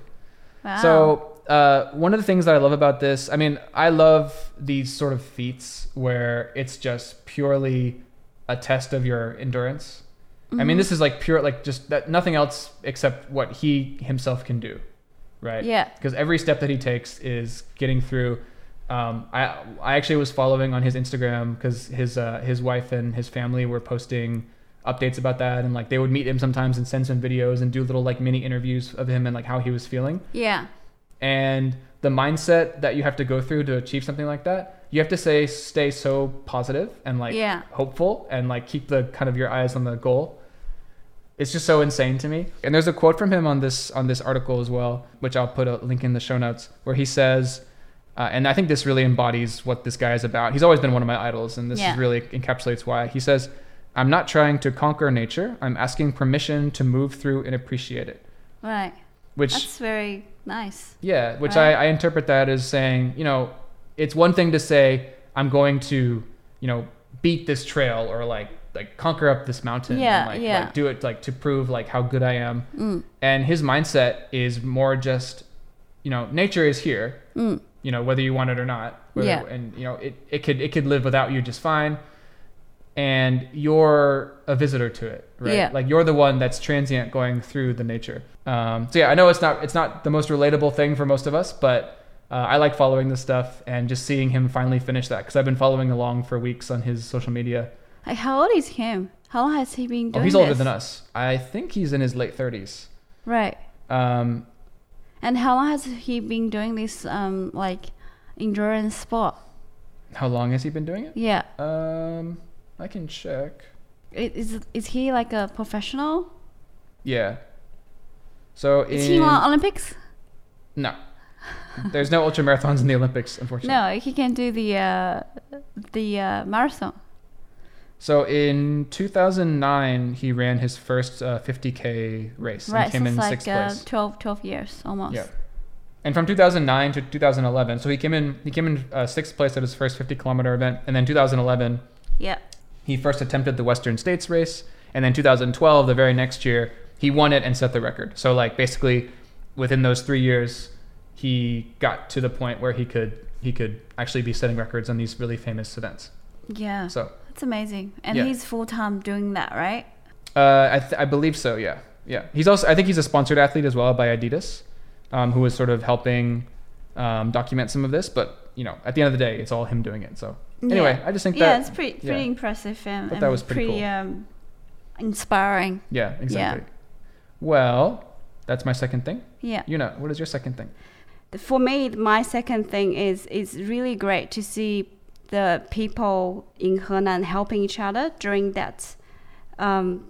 Speaker 2: Wow.
Speaker 1: So uh, one of the things that I love about this, I mean, I love these sort of feats where it's just purely a test of your endurance. I mean, this is like pure, like just that nothing else except what he himself can do, right?
Speaker 2: Yeah.
Speaker 1: Because every step that he takes is getting through. Um, I I actually was following on his Instagram because his uh, his wife and his family were posting updates about that and like they would meet him sometimes and send some videos and do little like mini interviews of him and like how he was feeling
Speaker 2: yeah.
Speaker 1: and the mindset that you have to go through to achieve something like that you have to say stay so positive and like
Speaker 2: Yeah.
Speaker 1: hopeful and like keep the kind of your eyes on the goal it's just so insane to me and there's a quote from him on this on this article as well which i'll put a link in the show notes where he says uh, and i think this really embodies what this guy is about he's always been one of my idols and this
Speaker 2: Yeah.
Speaker 1: is really encapsulates why he says i'm not trying to conquer nature i'm asking permission to move through and appreciate it
Speaker 2: Right.
Speaker 1: which
Speaker 2: That's very nice.
Speaker 1: yeah, which
Speaker 2: Right.
Speaker 1: I, I interpret that as saying, you know, it's one thing to say I'm going to, you know, beat this trail or like like conquer up this mountain. and,
Speaker 2: Yeah,
Speaker 1: like,
Speaker 2: yeah.
Speaker 1: like, do it like to prove like how good I am.
Speaker 2: Mm.
Speaker 1: And his mindset is more just, you know, nature is here.
Speaker 2: Mm.
Speaker 1: You know, whether you want it or not. Whether,
Speaker 2: Yeah.
Speaker 1: And you know, it, it could it could live without you just fine. And you're a visitor to it, right?
Speaker 2: Yeah.
Speaker 1: Like you're the one that's transient going through the nature. Um, so yeah, I know it's not it's not the most relatable thing for most of us, but uh, I like following this stuff and just seeing him finally finish that because I've been following along for weeks on his social media.
Speaker 2: Like, how old is him? How long has he been
Speaker 1: Oh,
Speaker 2: doing
Speaker 1: he's older
Speaker 2: this?
Speaker 1: than us. I think he's in his late thirties.
Speaker 2: Right.
Speaker 1: Um,
Speaker 2: And how long has he been doing this, um, like, endurance sport?
Speaker 1: how long has he been doing it?
Speaker 2: Yeah.
Speaker 1: Um, I can check.
Speaker 2: I- Is, is he like a professional?
Speaker 1: Yeah. So
Speaker 2: Is
Speaker 1: in
Speaker 2: he on Olympics?
Speaker 1: no, there's no ultra marathons in the Olympics, unfortunately.
Speaker 2: No, he can do the uh, the uh, marathon.
Speaker 1: So in 2009, he ran his first uh, 50k race
Speaker 2: right,
Speaker 1: and
Speaker 2: so
Speaker 1: came in
Speaker 2: it's like
Speaker 1: sixth
Speaker 2: uh,
Speaker 1: place.
Speaker 2: 12, 12 years almost.
Speaker 1: Yeah. And from 2009 to 2011, so he came in he came in uh, sixth place at his first 50 kilometer event, and then 2011
Speaker 2: Yeah.
Speaker 1: he first attempted the Western States race, and then 2012, the very next year, he won it and set the record. So like basically, within those three years, he got to the point where he could he could actually be setting records on these really famous events.
Speaker 2: Yeah.
Speaker 1: So
Speaker 2: That's amazing. And
Speaker 1: Yeah.
Speaker 2: he's full time doing that, right?
Speaker 1: Uh, I, th- I believe so. Yeah, yeah. He's also I think he's a sponsored athlete as well by Adidas, um, who is sort of helping um, document some of this. But you know, at the end of the day, it's all him doing it. So anyway,
Speaker 2: Yeah.
Speaker 1: I just think
Speaker 2: yeah,
Speaker 1: that
Speaker 2: it's pretty
Speaker 1: yeah.
Speaker 2: pretty impressive and,
Speaker 1: Thought
Speaker 2: and
Speaker 1: that was pretty cool.
Speaker 2: um, inspiring.
Speaker 1: yeah, exactly. Well, that's my second thing.
Speaker 2: Yeah.
Speaker 1: You know, what is your second thing?
Speaker 2: For me, my second thing is it's really great to see the people in Henan helping each other during that um,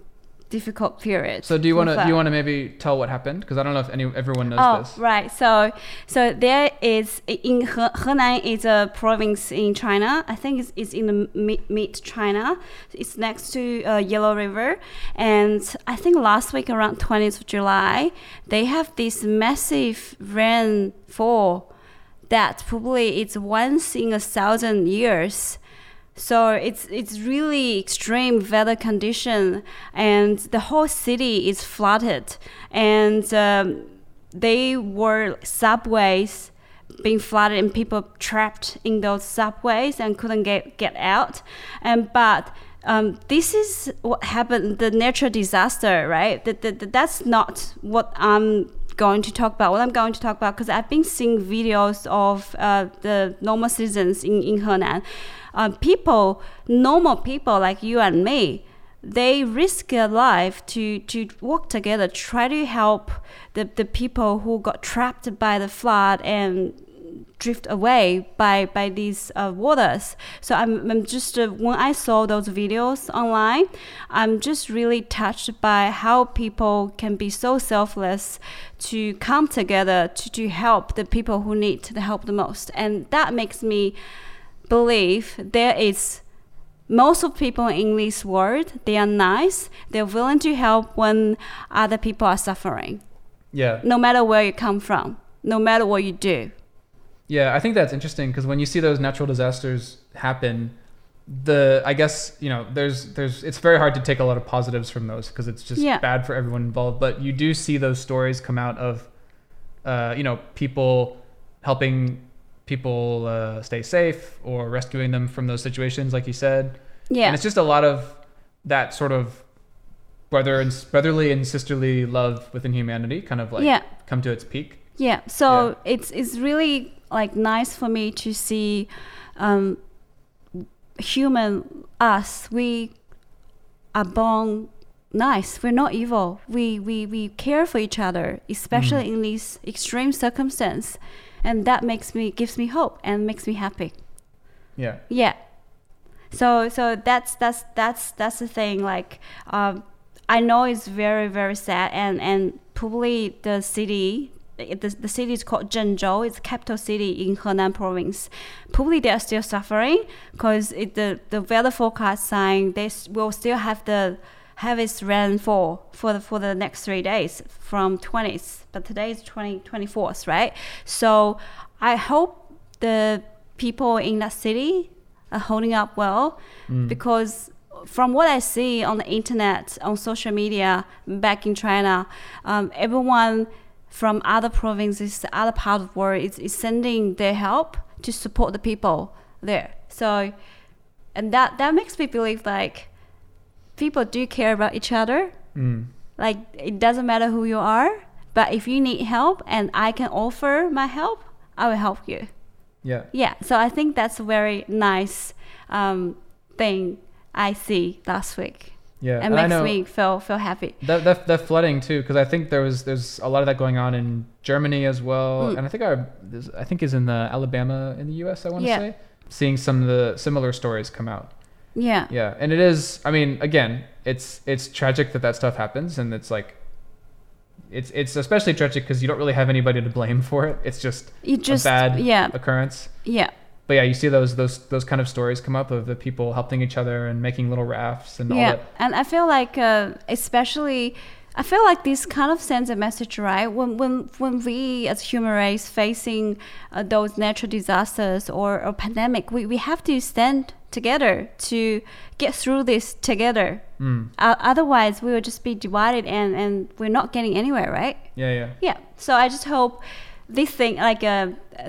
Speaker 2: difficult period.
Speaker 1: So do you want to do you
Speaker 2: confirmed.
Speaker 1: want to maybe tell what happened? Because I don't know if any everyone knows
Speaker 2: Oh,
Speaker 1: this.
Speaker 2: right. So, so there is in he, Henan is a province in China. I think it's, it's in the mid, mid China. It's next to uh, Yellow River, and I think last week around 20th of July, they have this massive rainfall that probably it's once in a thousand years. So it's it's really extreme weather condition, and the whole city is flooded, and um, they were subways being flooded and people trapped in those subways and couldn't get get out, and but. Um, this is what happened the natural disaster right that, that, that- that's not what i'm going to talk about what i'm going to talk about because i've been seeing videos of uh, the normal citizens in, in henan um, people normal people like you and me they risk their life to, to work together try to help the, the people who got trapped by the flood and drift away by by these uh, waters. So I'm, I'm just uh, when I saw those videos online, I'm just really touched by how people can be so selfless to come together to, to help the people who need the help the most, and that makes me believe there is most of people in this world they are nice they're willing to help when other people are suffering
Speaker 1: Yeah,
Speaker 2: no matter where you come from no matter what you do
Speaker 1: yeah. I think that's interesting because when you see those natural disasters happen, the I guess you know there's there's it's very hard to take a lot of positives from those because it's just
Speaker 2: Yeah.
Speaker 1: bad for everyone involved. But you do see those stories come out of, uh, you know, people helping people uh, stay safe or rescuing them from those situations, like you said.
Speaker 2: yeah
Speaker 1: And it's just a lot of that sort of brother and brotherly and sisterly love within humanity kind of like
Speaker 2: Yeah.
Speaker 1: come to its peak.
Speaker 2: Yeah, so it's it's really like nice for me to see um, human us. We are born nice. We're not evil. We we, we care for each other, especially in this extreme circumstance, and that makes me gives me hope and makes me happy.
Speaker 1: Yeah.
Speaker 2: Yeah. So so that's that's that's that's the thing. Like, um, I know it's very very sad, and and probably the city. The, the city is called Zhengzhou. It's capital city in Henan province. Probably they are still suffering because the the weather forecast saying they s- will still have the heaviest rainfall for the, for the next three days from 20th. But today is 20, 24th, right? So I hope the people in that city are holding up well because from what I see on the internet, on social media, back in China, um, everyone from other provinces, other part of the world is, is sending their help to support the people there. So, and that, that makes me believe like people do care about each other
Speaker 1: Mm.
Speaker 2: like it doesn't matter who you are but if you need help and i can offer my help i will help you
Speaker 1: Yeah.
Speaker 2: yeah so i think that's a very nice um, thing i see last week
Speaker 1: Yeah.
Speaker 2: and
Speaker 1: I
Speaker 2: makes
Speaker 1: know
Speaker 2: me feel feel happy
Speaker 1: that, that, that flooding too, because I think there was there's a lot of that going on in Germany as well,
Speaker 2: Mm.
Speaker 1: and I think our there's- I think is in the Alabama in the U.S. I want to
Speaker 2: Yeah.
Speaker 1: say seeing some of the similar stories come out.
Speaker 2: yeah
Speaker 1: Yeah, and it is. I mean, again, it's it's tragic that that stuff happens, and it's like, it's it's especially tragic because you don't really have anybody to blame for it. It's just
Speaker 2: you just
Speaker 1: a bad
Speaker 2: yeah
Speaker 1: occurrence.
Speaker 2: yeah
Speaker 1: But yeah, you see those those those kind of stories come up of the people helping each other and making little rafts and all
Speaker 2: yeah
Speaker 1: that.
Speaker 2: and i feel like uh, especially i feel like this kind of sends a message right when when when we as human race facing uh, those natural disasters or, or pandemic we, we have to stand together to get through this together
Speaker 1: Mm.
Speaker 2: uh, otherwise we will just be divided and and we're not getting anywhere right
Speaker 1: Yeah, yeah,
Speaker 2: yeah so i just hope this thing like uh,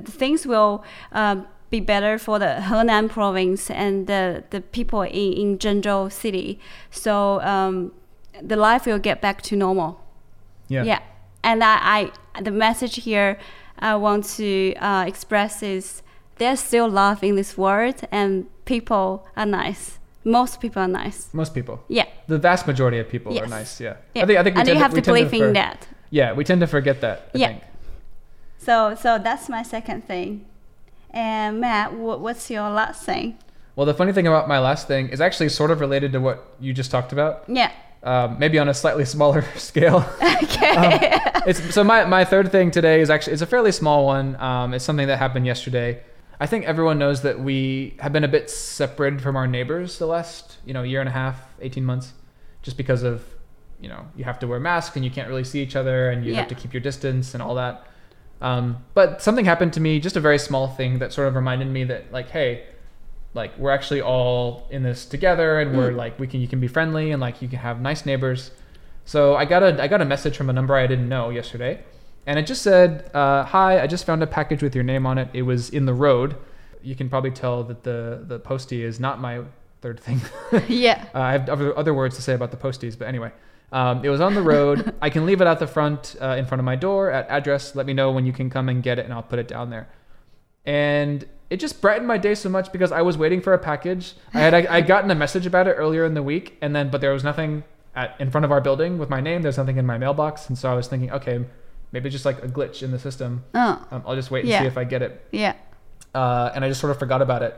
Speaker 2: the things will um, be better for the henan province and the, the people in, in zhengzhou city so um, the life will get back to normal
Speaker 1: yeah,
Speaker 2: yeah. And I, I the message here I want to uh, express is there's still love in this world and people are nice. Most people are nice.
Speaker 1: Most people,
Speaker 2: Yeah.
Speaker 1: the vast majority of people are
Speaker 2: Yes.
Speaker 1: nice. Yeah,
Speaker 2: yeah.
Speaker 1: I think I think we
Speaker 2: and
Speaker 1: tend
Speaker 2: you have
Speaker 1: we
Speaker 2: to
Speaker 1: tend
Speaker 2: believe in
Speaker 1: for-
Speaker 2: that.
Speaker 1: Yeah, we tend to forget that. I
Speaker 2: Yeah.
Speaker 1: think.
Speaker 2: So so that's my second thing. And Matt, wha what's your last thing?
Speaker 1: Well, the funny thing about my last thing is actually sort of related to what you just talked about.
Speaker 2: Yeah.
Speaker 1: um, maybe on a slightly smaller scale.
Speaker 2: Okay.
Speaker 1: it's, so my, my third thing today is actually it's a fairly small one. Um, it's something that happened yesterday. I think everyone knows that we have been a bit separated from our neighbors the last you know year and a half, eighteen months, just because of you know you have to wear masks and you can't really see each other and you
Speaker 2: Yeah.
Speaker 1: have to keep your distance and all that. Um, but something happened to me, just a very small thing that sort of reminded me that like hey, like we're actually all in this together and we're
Speaker 2: Mm.
Speaker 1: like we can you can be friendly and like you can have nice neighbors. So I got a I got a message from a number I didn't know yesterday, and it just said, uh, "Hi, I just found a package with your name on it. It was in the road. You can probably tell that the the postie is not my third thing. uh,
Speaker 2: yeah.
Speaker 1: I have other, other words to say about the posties, but anyway." Um, it was on the road. I can leave it at the front, uh, in front of my door at address. Let me know when you can come and get it, and I'll put it down there and it just brightened my day so much because I was waiting for a package. I had I, I'd gotten a message about it earlier in the week, and then but there was nothing at in front of our building with my name. There's nothing in my mailbox, and so I was thinking, okay, maybe just like a glitch in the system.
Speaker 2: Oh.
Speaker 1: Um, I'll just wait and
Speaker 2: Yeah.
Speaker 1: see if I get it.
Speaker 2: Yeah.
Speaker 1: Uh, and I just sort of forgot about it.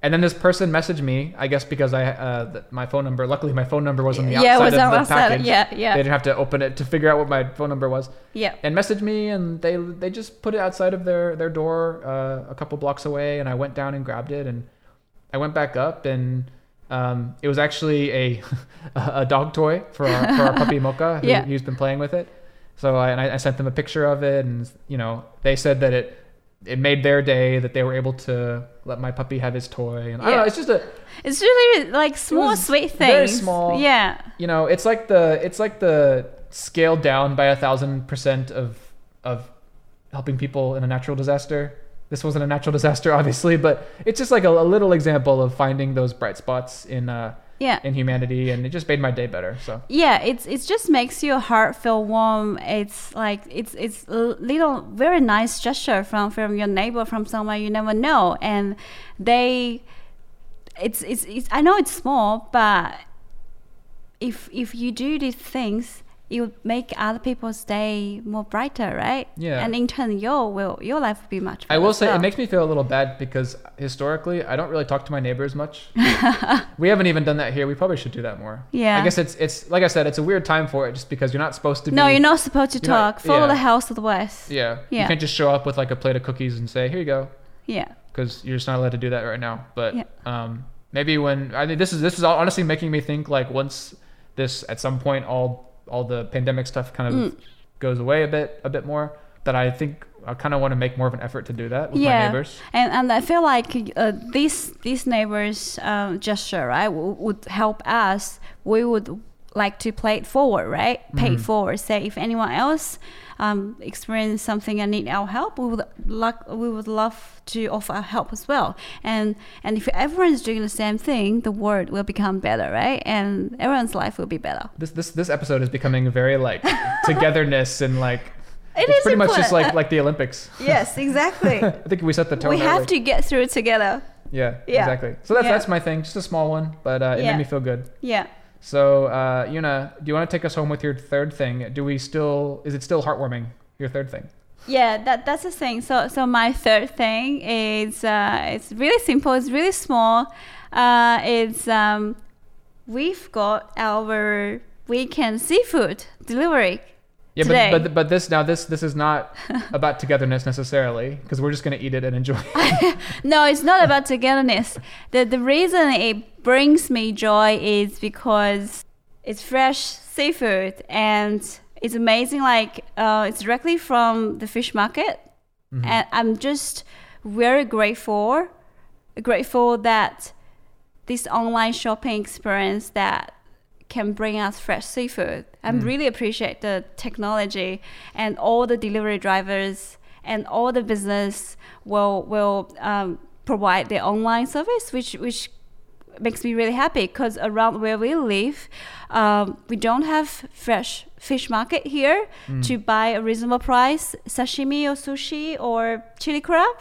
Speaker 1: And then this person messaged me, I guess because I uh, th- my phone number. Luckily, my phone number was on the outside
Speaker 2: yeah. Was
Speaker 1: of
Speaker 2: that
Speaker 1: the
Speaker 2: was that-
Speaker 1: package.
Speaker 2: Yeah.
Speaker 1: They
Speaker 2: Yeah.
Speaker 1: didn't have to open it to figure out what my phone number was
Speaker 2: Yeah.
Speaker 1: and messaged me and they they just put it outside of their their door uh, a couple blocks away and I went down and grabbed it and I went back up and um, it was actually a a dog toy for our, for our puppy Mocha who,
Speaker 2: Yeah.
Speaker 1: who's been playing with it so I, and I, I sent them a picture of it and you know they said that it it made their day that they were able to let my puppy have his toy and I don't
Speaker 2: Yeah.
Speaker 1: know it's just a
Speaker 2: It's really like small,
Speaker 1: was
Speaker 2: sweet things.
Speaker 1: very small.
Speaker 2: Yeah.
Speaker 1: you know it's like the it's like the scaled down by a thousand percent of of helping people in a natural disaster this wasn't a natural disaster obviously but it's just like a, a little example of finding those bright spots in uh
Speaker 2: Yeah.
Speaker 1: in humanity and it just made my day better so
Speaker 2: yeah it's it just makes your heart feel warm it's like it's it's a little very nice gesture from from your neighbor from someone you never know and they it's it's, it's i know it's small but if if you do these things it would make other people's day more brighter right
Speaker 1: Yeah.
Speaker 2: and in turn your will your life will be much
Speaker 1: I
Speaker 2: better
Speaker 1: will
Speaker 2: as
Speaker 1: say
Speaker 2: well.
Speaker 1: it makes me feel a little bad because historically I don't really talk to my neighbors much. we haven't even done that here. We probably should do that more.
Speaker 2: Yeah.
Speaker 1: I guess it's it's like I said, it's a weird time for it just because you're not supposed to be
Speaker 2: no you're not supposed to
Speaker 1: you're not-
Speaker 2: talk follow
Speaker 1: yeah.
Speaker 2: the house of the west
Speaker 1: Yeah. You
Speaker 2: Yeah.
Speaker 1: can't just show up with like a plate of cookies and say, Here you go.
Speaker 2: yeah
Speaker 1: because you're just not allowed to do that right now. But
Speaker 2: Yeah.
Speaker 1: um, maybe when I think this is this is honestly making me think like once this at some point all all the pandemic stuff kind of
Speaker 2: Mm.
Speaker 1: goes away a bit a bit more that I think I kind of want to make more of an effort to do that with my neighbors.
Speaker 2: And and I feel like uh, this this neighbor's um, gesture right w- would help us. We would like to play it forward, right? Pay
Speaker 1: Mm-hmm.
Speaker 2: it forward. Say if anyone else um, experience something and need our help, we would like we would love to offer our help as well. And and if everyone's doing the same thing, the world will become better, right? And everyone's life will be better.
Speaker 1: This this this episode is becoming very like togetherness and like
Speaker 2: It
Speaker 1: it's
Speaker 2: is
Speaker 1: pretty much just
Speaker 2: important.
Speaker 1: like like the Olympics.
Speaker 2: Yes, exactly.
Speaker 1: I think we set the tone.
Speaker 2: we
Speaker 1: that way.
Speaker 2: have to get through it together.
Speaker 1: Yeah,
Speaker 2: Yeah.
Speaker 1: exactly. So that's
Speaker 2: Yeah.
Speaker 1: that's my thing, just a small one, but uh, it
Speaker 2: Yeah.
Speaker 1: made me feel good.
Speaker 2: Yeah.
Speaker 1: So, uh, Yuna, do you want to take us home with your third thing? Do we still? Is it still heartwarming? Your third thing?
Speaker 2: Yeah, that that's the thing. So so my third thing is uh, it's really simple. It's really small. Uh, it's um, we've got our weekend seafood delivery.
Speaker 1: Yeah,
Speaker 2: Today.
Speaker 1: but but but this now this this is not about togetherness necessarily because we're just gonna eat it and enjoy. it.
Speaker 2: No, it's not about togetherness. The the reason it brings me joy is because it's fresh seafood and it's amazing. Like uh, it's directly from the fish market, and I'm just very grateful, grateful that this online shopping experience that can bring us fresh seafood. I really appreciate the technology and all the delivery drivers and all the business will will um, provide their online service, which which makes me really happy because around where we live, um, we don't have fresh fish market here to buy a reasonable price sashimi or sushi or chili crab.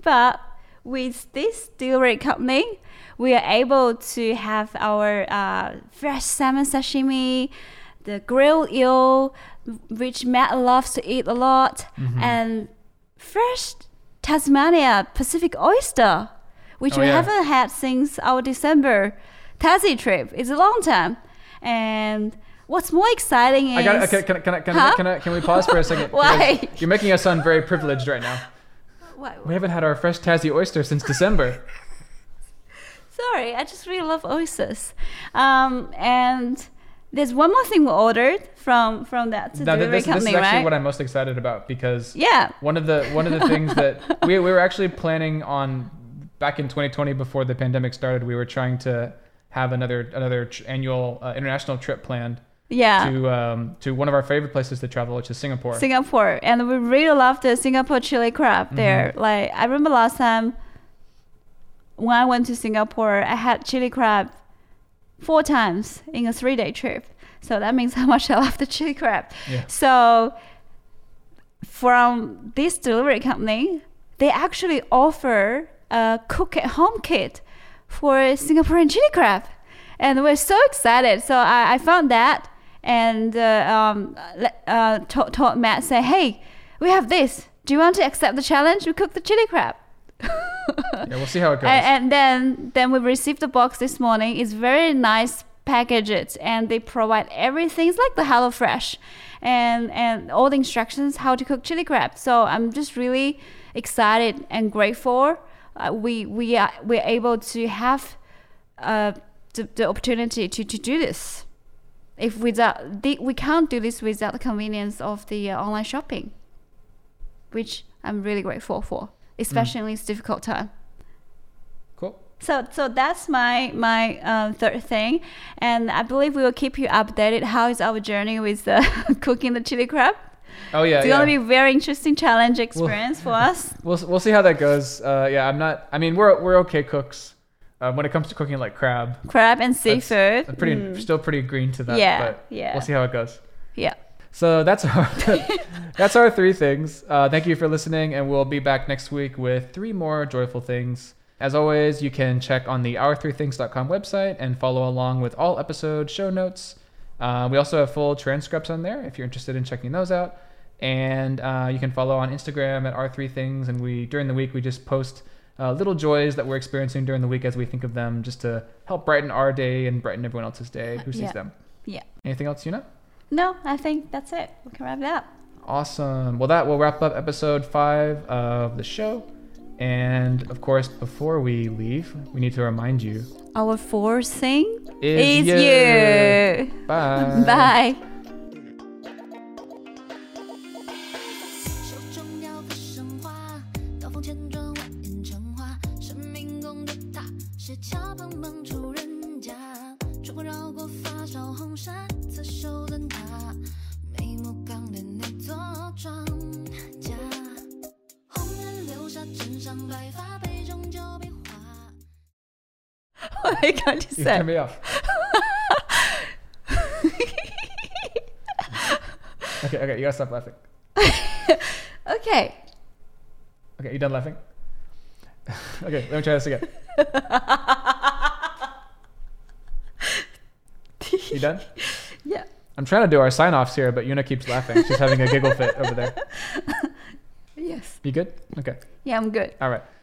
Speaker 2: But with this delivery company, we are able to have our uh, fresh salmon sashimi, the grilled eel, which Matt loves to eat a lot,
Speaker 1: Mm-hmm.
Speaker 2: and fresh Tasmania Pacific oyster, which
Speaker 1: Oh,
Speaker 2: we
Speaker 1: yeah.
Speaker 2: haven't had since our December Tassie trip. It's a long time. And what's more exciting is
Speaker 1: I got. Okay, can, I- can, I- can, I-
Speaker 2: Huh?
Speaker 1: can, I- can we pause for a second?
Speaker 2: Why?
Speaker 1: Because You're making us sound very privileged right now.
Speaker 2: Wha-
Speaker 1: We haven't had our fresh Tassie oyster since December.
Speaker 2: Sorry, I just really love oysters. Um, and there's one more thing we ordered from from that
Speaker 1: now,
Speaker 2: delivery
Speaker 1: th- this, this
Speaker 2: company,
Speaker 1: is actually
Speaker 2: right?
Speaker 1: what I'm most excited about because
Speaker 2: yeah.
Speaker 1: one of the one of the things that we, we were actually planning on back in 2020 before the pandemic started we were trying to have another another tr- annual uh, international trip planned
Speaker 2: Yeah.
Speaker 1: to um, to one of our favorite places to travel which is singapore Mm-hmm.
Speaker 2: Singapore, and we really love the Singapore chili crab there. Like I remember last time when I went to Singapore, I had chili crab four times in a three-day trip. So that means how much I love the chili crab.
Speaker 1: Yeah.
Speaker 2: So from this delivery company, they actually offer a cook-at-home kit for Singaporean chili crab, and we're so excited. So I, I found that and uh, um, le- uh, told, told Matt say, "Hey, we have this. Do you want to accept the challenge? We cook the chili crab."
Speaker 1: yeah we'll see how it goes
Speaker 2: And, and then then we received the box this morning. It's very nice packages, and they provide everything. It's like the HelloFresh, and and all the instructions how to cook chili crab. So I'm just really excited and grateful. Uh, we we are we're able to have uh, the, the opportunity to, to do this. If without the, we can't do this without the convenience of the uh, online shopping, which I'm really grateful for, especially in this difficult time.
Speaker 1: cool
Speaker 2: So, so that's my my um, third thing, and I believe we will keep you updated. How is our journey with the cooking the chili crab?
Speaker 1: oh yeah,
Speaker 2: it's
Speaker 1: yeah.
Speaker 2: gonna be a very interesting challenge experience for us.
Speaker 1: we'll, s- we'll see how that goes uh, yeah i'm not i mean we're, we're okay cooks uh, when it comes to cooking like crab
Speaker 2: Crab and
Speaker 1: that's-
Speaker 2: seafood. Mm.
Speaker 1: I'm pretty still pretty green to that
Speaker 2: Yeah,
Speaker 1: but
Speaker 2: yeah.
Speaker 1: we'll see how it goes
Speaker 2: Yeah.
Speaker 1: So that's our that's our three things. Uh, thank you for listening, and we'll be back next week with three more joyful things. As always, you can check on the ourthreethings.com website and follow along with all episode show notes. Uh, we also have full transcripts on there if you're interested in checking those out. And uh, you can follow on Instagram at r3things. And we during the week we just post uh, little joys that we're experiencing during the week as we think of them, just to help brighten our day and brighten everyone else's day who sees
Speaker 2: Uh, Yeah.
Speaker 1: them.
Speaker 2: Yeah.
Speaker 1: Anything else, Yuna?
Speaker 2: No, I think that's it. We can wrap it up.
Speaker 1: Awesome. Well, that will wrap up episode five of the show. And of course, before we leave, we need to remind you
Speaker 2: Our fourth thing
Speaker 1: is,
Speaker 2: is you.
Speaker 1: Bye.
Speaker 2: Bye.
Speaker 3: 手中要的神话，刀锋千转蜿蜒成花。生命中的她是俏胖忙出人家，穿过绕过发梢红纱，刺绣灯塔，眉目刚的那座庄稼。红颜流沙，枕上白发，杯中酒杯花。
Speaker 2: Oh my god,
Speaker 1: You
Speaker 2: you
Speaker 1: turn
Speaker 2: said.
Speaker 1: me off. okay, okay, you gotta stop laughing.
Speaker 2: Okay.
Speaker 1: Okay, you done laughing? okay, let me try this again. you done?
Speaker 2: Yeah.
Speaker 1: I'm trying to do our sign offs here, but Yuna keeps laughing. She's having a giggle fit over there.
Speaker 2: Yes.
Speaker 1: You good? Okay.
Speaker 2: Yeah, I'm good.
Speaker 1: All right.